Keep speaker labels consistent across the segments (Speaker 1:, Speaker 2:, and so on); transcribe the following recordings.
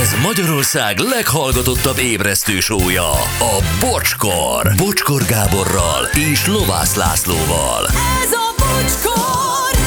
Speaker 1: Ez Magyarország leghallgatottabb ébresztő sója, a Bocskor. Bocskor Gáborral és Lovász Lászlóval.
Speaker 2: Ez a bocskor!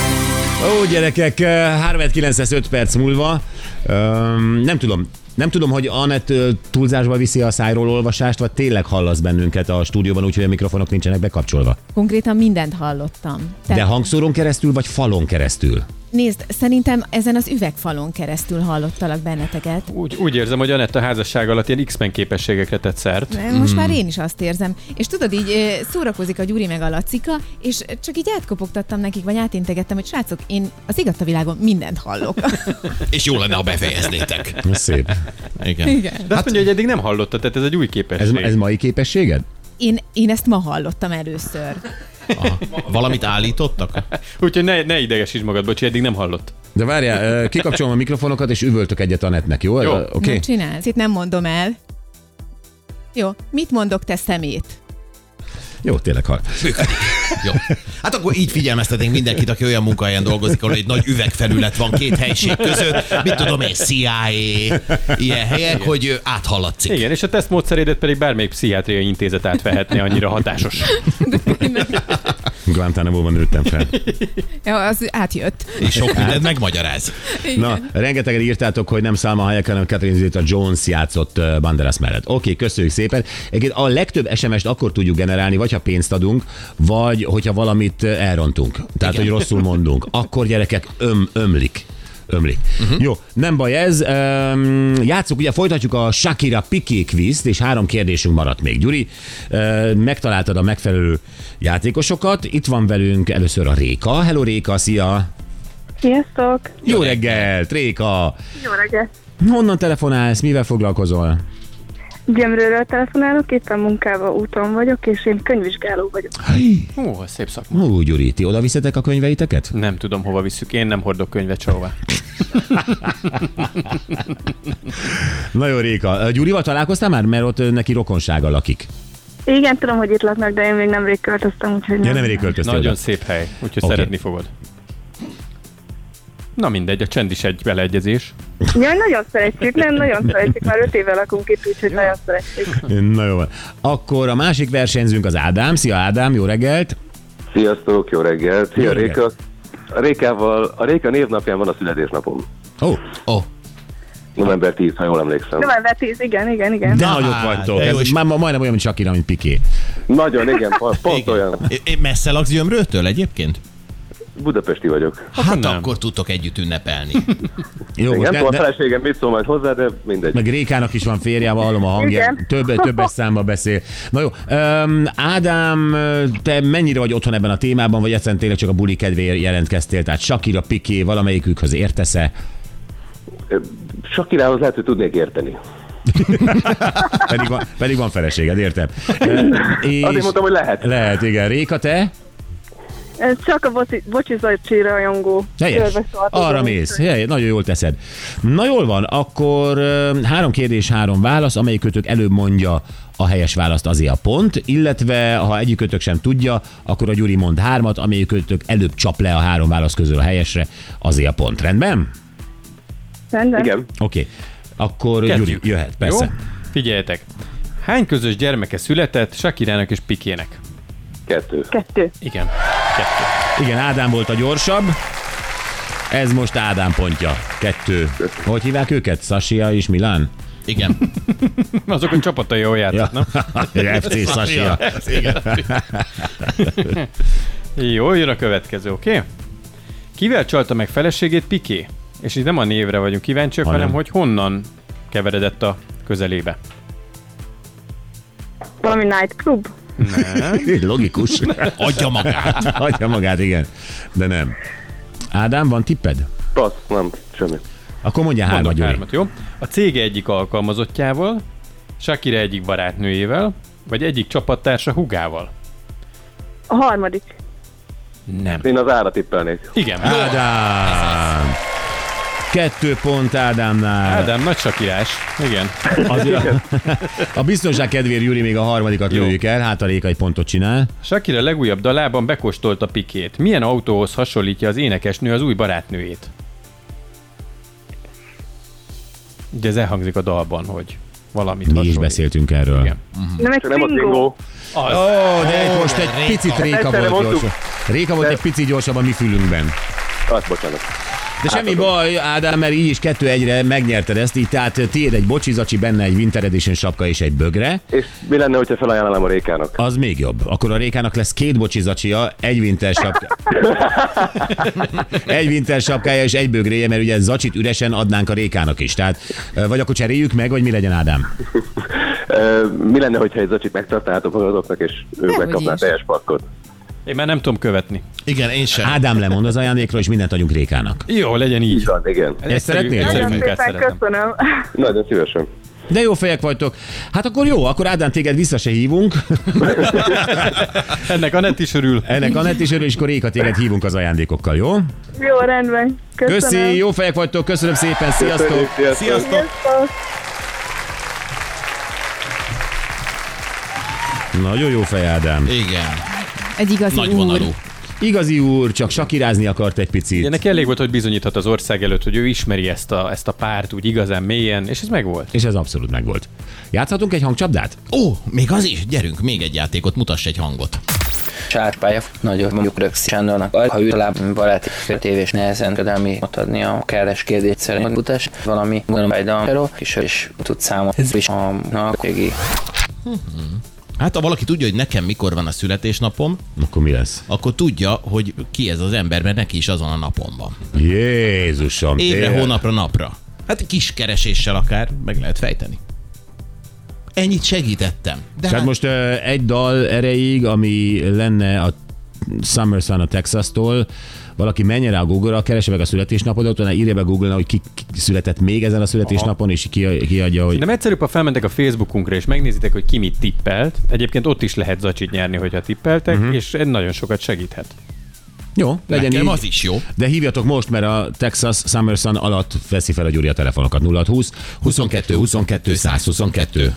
Speaker 3: Ó, gyerekek, eh, 3905 perc múlva. Öm, nem tudom, nem tudom, hogy Anett ö, túlzásba viszi a szájról olvasást, vagy tényleg hallasz bennünket a stúdióban, úgyhogy a mikrofonok nincsenek bekapcsolva.
Speaker 4: Konkrétan mindent hallottam.
Speaker 3: De
Speaker 4: Tehát
Speaker 3: hangszóron keresztül, vagy falon keresztül?
Speaker 4: Nézd, szerintem ezen az üvegfalon keresztül hallottalak benneteket.
Speaker 5: Úgy, úgy érzem, hogy Anett a házasság alatt ilyen X-Men képességekre tett szert.
Speaker 4: Most már
Speaker 6: Mhm.
Speaker 4: én is azt érzem. És tudod, így ö, szórakozik a Gyuri meg a Lacika, és csak így átkopogtattam nekik, vagy átintegettem, hogy srácok, én az igatta világon mindent hallok.
Speaker 6: És jó lenne, ha befejeznétek.
Speaker 3: Ez szép.
Speaker 6: Igen.
Speaker 5: De azt mondja, hogy eddig nem hallotta, tehát Hát- ez egy új
Speaker 3: Ez,
Speaker 5: képesség.
Speaker 3: ez mai képességed?
Speaker 4: Én, én ezt ma hallottam először.
Speaker 6: Aha. Valamit állítottak?
Speaker 5: Úgyhogy ne, ne idegesíts magad, bocsi, eddig nem hallott.
Speaker 3: De várjál, ö, kikapcsolom a mikrofonokat, és üvöltök egyet Anettnek, jó?
Speaker 5: Jó.
Speaker 3: Ö, Oké?
Speaker 4: Nem csinálsz? Itt nem mondom el. Jó, mit mondok te szemét?
Speaker 3: Jó, tényleg hall.
Speaker 6: Jó. Hát akkor így figyelmeztetnénk mindenkit, aki olyan munkahelyen dolgozik, ahol egy nagy üvegfelület van két helység között, mit tudom én, CIA, ilyen helyek, hogy ö, áthallatszik.
Speaker 5: Igen, és a tesztmódszerédet pedig bármelyik pszichiátriai intézet átvehetne, annyira hatásos.
Speaker 3: Guantánamóban nőttem fel.
Speaker 4: Ja, az átjött.
Speaker 6: És sok mindent megmagyaráz.
Speaker 3: Na, rengetegen írtátok, hogy nem Salma Hayek, hanem Catherine Zeta Jones játszott ö, Banderas mellett. Oké, köszönjük szépen. Egyébként a legtöbb SMS-t akkor tudjuk generálni, vagy ha pénzt adunk, vagy hogyha valamit ö, elrontunk. Tehát,
Speaker 6: Igen.
Speaker 3: hogy rosszul mondunk. Akkor gyerekek öm, ömlik. Ömlik. Uh-huh. Jó, nem baj ez. Üm, játsszuk, ugye folytatjuk a Shakira Piqué quizt, és három kérdésünk maradt még. Gyuri, ö, megtaláltad a megfelelő játékosokat. Itt van velünk először a Réka. Hello Réka, szia!
Speaker 7: Sziasztok!
Speaker 3: Jó reggelt, Réka!
Speaker 7: Jó reggelt!
Speaker 3: Honnan telefonálsz, mivel foglalkozol?
Speaker 7: Gyömrőről telefonálok, éppen munkába úton vagyok, és én könyvvizsgáló vagyok.
Speaker 5: Hú, ez szép szakma.
Speaker 3: Hú, Gyuri, ti oda viszetek a könyveiteket?
Speaker 5: Nem tudom, hova visszük. Én nem hordok könyvet sehová.
Speaker 3: Na jó, Réka. Ö, Gyurival találkoztál már? Mert ott ö, neki rokonsága lakik.
Speaker 7: Igen, tudom, hogy itt laknak, de én még nemrég költöztem, úgyhogy
Speaker 3: Ja, nemrég költöztél
Speaker 5: Nagyon
Speaker 3: oda.
Speaker 5: szép hely, úgyhogy
Speaker 3: Oké.
Speaker 5: okay. szeretni fogod. Na mindegy, a csend is egy beleegyezés.
Speaker 7: Ja, nagyon szeretjük, nem, nagyon szeretjük, már öt éve lakunk itt, úgyhogy nagyon szeretjük.
Speaker 3: Na jó. van. Akkor a másik versenyzőnk az Ádám. Szia Ádám, jó reggelt!
Speaker 8: Sziasztok, jó reggelt! Szia,
Speaker 3: Jó
Speaker 8: jó
Speaker 3: reggelt.
Speaker 8: Réka! A Rékával, a Réka névnapján van a születésnapom.
Speaker 3: Ó, oh,
Speaker 6: Ó,
Speaker 8: November 10, ha jól emlékszem.
Speaker 7: November 10, igen, igen, igen.
Speaker 3: hát, de
Speaker 6: Na,
Speaker 3: nagyok vagytok.
Speaker 6: de jó,
Speaker 3: Ez
Speaker 6: és-
Speaker 3: már ma- majdnem olyan, mint Shakira, mint Piqué.
Speaker 8: Nagyon, igen, pa- pont
Speaker 6: igen.
Speaker 8: olyan.
Speaker 6: É- é- Messze laksz Gyömrőtől egyébként?
Speaker 8: Budapesti vagyok.
Speaker 6: Hát
Speaker 5: nem.
Speaker 6: akkor tudtok együtt ünnepelni.
Speaker 3: Jó,
Speaker 8: Én
Speaker 3: most
Speaker 8: nem
Speaker 3: ne,
Speaker 8: tudom, a
Speaker 3: ne,
Speaker 8: feleségem mit szól majd hozzá, de mindegy.
Speaker 3: meg Rékának is van férjával, hallom a hangját.
Speaker 7: Igen.
Speaker 3: Több, többes számba beszél. Na jó, Öm, Ádám, ö, te mennyire vagy otthon ebben a témában, vagy egyszerűen tényleg csak a buli kedvéért jelentkeztél? Tehát Shakira, Piqué, valamelyikükhöz értesz-e?
Speaker 8: Sakirához lehet, hogy tudnék érteni.
Speaker 3: Pedig van, pedig van feleséged, értem. E, és
Speaker 8: Azért mondtam, hogy lehet.
Speaker 3: Lehet, igen. Réka, te?
Speaker 7: Ez csak a boci, bocsi Zacsi rajongó.
Speaker 3: Helyes.
Speaker 7: körbe szólt,
Speaker 3: Arra
Speaker 7: igen,
Speaker 3: mész.
Speaker 7: úgyhogy-
Speaker 3: Helyes, nagyon jól teszed. Na jól van, akkor ö, három kérdés, három válasz, amelyik kötök előbb mondja a helyes választ azért a pont, illetve ha egyik kötök sem tudja, akkor a Gyuri mond hármat, amelyik kötök előbb csap le a három válasz közül a helyesre, azért a pont. Rendben?
Speaker 7: Rendben?
Speaker 8: Igen.
Speaker 3: Oké. Okay. Akkor
Speaker 5: Kezdjük.
Speaker 3: Gyuri jöhet, persze.
Speaker 5: Jó? Figyeljetek. Hány közös gyermeke született Sakirának és Pikének?
Speaker 8: Kettő.
Speaker 7: Kettő.
Speaker 5: Igen. Kettő.
Speaker 3: Igen, Ádám volt a gyorsabb. Ez most Ádám pontja. Kettő. Hogy hívják őket? Sasia és Milán?
Speaker 6: Igen.
Speaker 5: Azok a csapatai, ahol játszott, ja.
Speaker 3: FC Sasia.
Speaker 6: Igen.
Speaker 5: Jó, jön a következő, oké? Okay? Kivel csalta meg feleségét Piké? És itt nem a névre vagyunk kíváncsiak, hanem,
Speaker 3: Hanem?
Speaker 5: hanem hogy honnan keveredett a közelébe.
Speaker 7: Valami night club?
Speaker 3: Logikus.
Speaker 6: Adja magát.
Speaker 3: Hagyja magát, igen. De nem. Ádám, van tipped?
Speaker 8: Passz, nem, semmi.
Speaker 3: Akkor mondja hármat,
Speaker 5: Mondok
Speaker 3: Gyuri.
Speaker 5: hármat, jó? A cége egyik alkalmazottjával, Shakira egyik barátnőjével, vagy egyik csapattársa hugával.
Speaker 7: A harmadik.
Speaker 3: Mhm.
Speaker 5: Nem.
Speaker 8: Én az ára tippelnék.
Speaker 5: Igen.
Speaker 3: Ádám! Kettő pont Ádámnál.
Speaker 5: Ádám, nagy sakirás. Igen.
Speaker 3: Azért a, a biztonság kedvéért Júri még a harmadikat
Speaker 5: Jó.
Speaker 3: lőjük el, hát a Réka egy pontot csinál.
Speaker 5: Shakira legújabb dalában bekóstolta Pikét. Milyen autóhoz hasonlítja az énekesnő az új barátnőjét? Ugye ez elhangzik a dalban, hogy valamit
Speaker 3: Mi is
Speaker 5: hasonlít.
Speaker 3: beszéltünk erről.
Speaker 5: Igen.
Speaker 7: Nem egy
Speaker 8: Csak nem a
Speaker 7: pingó.
Speaker 8: tingó.
Speaker 5: Az.
Speaker 3: Ó, de egy most egy picit Réka
Speaker 8: Egyszerre
Speaker 3: volt
Speaker 8: mondtuk.
Speaker 3: gyorsabb. Réka volt
Speaker 8: De-
Speaker 3: egy picit gyorsabb a mi fülünkben.
Speaker 8: Azt bocsánat.
Speaker 3: De semmi baj, Ádám, mert így is kettő egyre megnyerted ezt, így tehát tiéd egy bocsizacsi, benne egy Winter Edition sapka és egy bögre,
Speaker 8: És mi lenne, hogyha felajánlanám a Rékának?
Speaker 3: az még jobb. Akkor a Rékának lesz két bocsizacsia, egy Winter sapka. egy Winter sapkája és egy bögréje, mert ugye zacsit üresen adnánk a Rékának is. Tehát ö, vagy akkor cseréljük meg, vagy mi legyen, Ádám?
Speaker 8: Ö, mi lenne, hogyha egy zacsit megtartáltok magatoknak, és ők
Speaker 4: Dehogy
Speaker 8: megkapnák
Speaker 4: is.
Speaker 8: teljes pakkot?
Speaker 5: Én már nem tudom követni.
Speaker 6: Igen, én sem.
Speaker 3: Ádám lemond az ajándékról, és mindent adjunk Rékának.
Speaker 5: Jó, legyen így.
Speaker 8: Így van, igen.
Speaker 3: Hát-
Speaker 5: Egyszerű-
Speaker 3: szeretnéd?
Speaker 5: egyszerű
Speaker 7: Nagyon
Speaker 5: munkát
Speaker 7: szépen
Speaker 5: szeretem.
Speaker 7: köszönöm.
Speaker 8: Nagyon szívesen.
Speaker 3: De jó fejek vagytok. Hát akkor jó, akkor Ádám téged vissza se hívunk.
Speaker 5: Ennek a net is örül.
Speaker 3: Ennek Anett is örül, és akkor Réka téged hívunk az ajándékokkal, jó?
Speaker 7: Jó, rendben. Köszönöm.
Speaker 3: Köszi, jó fejek vagytok, köszönöm szépen, sziasztok!
Speaker 8: Köszönjük, sziasztok.
Speaker 6: Sziasztok!
Speaker 7: Sziasztok.
Speaker 3: Nagyon jó fej, Ádám.
Speaker 6: Igen,
Speaker 4: Egy igazi
Speaker 6: nagy
Speaker 4: úr.
Speaker 6: vonalú.
Speaker 3: Igazi úr, csak sakirázni akart egy
Speaker 5: Ugye
Speaker 3: picit.
Speaker 5: neki elég volt, hogy bizonyíthat az ország előtt, hogy ő ismeri ezt a, ezt a párt úgy igazán mélyen, és ez megvolt.
Speaker 3: És ez abszolút megvolt. Játszhatunk egy hangcsapdát?
Speaker 6: Ó, még az is? Gyerünk, még egy játékot, mutass egy hangot.
Speaker 9: sárpálya, nagyon mondjuk rögzít Sándornak, ha ő talán valaki öt év és nehezen ködelmi ott adni a keres kérdést szerint utas, valami gondolom egy dalom, és ő is tud számolni, ez is a napégi.
Speaker 6: Hát ha valaki tudja, hogy nekem mikor van a születésnapom,
Speaker 3: Akkor mi lesz?
Speaker 6: akkor tudja, hogy ki ez az ember, mert neki is azon a napon van.
Speaker 3: Jézusom!
Speaker 6: Évre,
Speaker 3: tényleg.
Speaker 6: hónapra, napra. Hát kis kereséssel akár meg lehet fejteni. Ennyit segítettem. De
Speaker 3: Tehát
Speaker 6: hát most
Speaker 3: most ö, egy dal erejéig, ami lenne a Summer Sun a Texas-tól, valaki menjen rá a Google-ra, keresse meg a születésnapodat, utána írja be google hogy ki, ki született még ezen a születésnapon, és ki, kiadja, hogy...
Speaker 5: De egyszerűbb, ha felmentek a Facebookunkra, és megnézitek, hogy ki mit tippelt. Egyébként ott is lehet zacsit nyerni, hogyha tippeltek,
Speaker 3: Mhm.
Speaker 5: uh-huh. és ez nagyon sokat segíthet.
Speaker 3: Jó, legyen
Speaker 6: nekem
Speaker 3: így.
Speaker 6: az is jó.
Speaker 3: De hívjatok most, mert a Texas Summer Sun alatt veszi fel a Gyuri a telefonokat. 0620 22 22 122.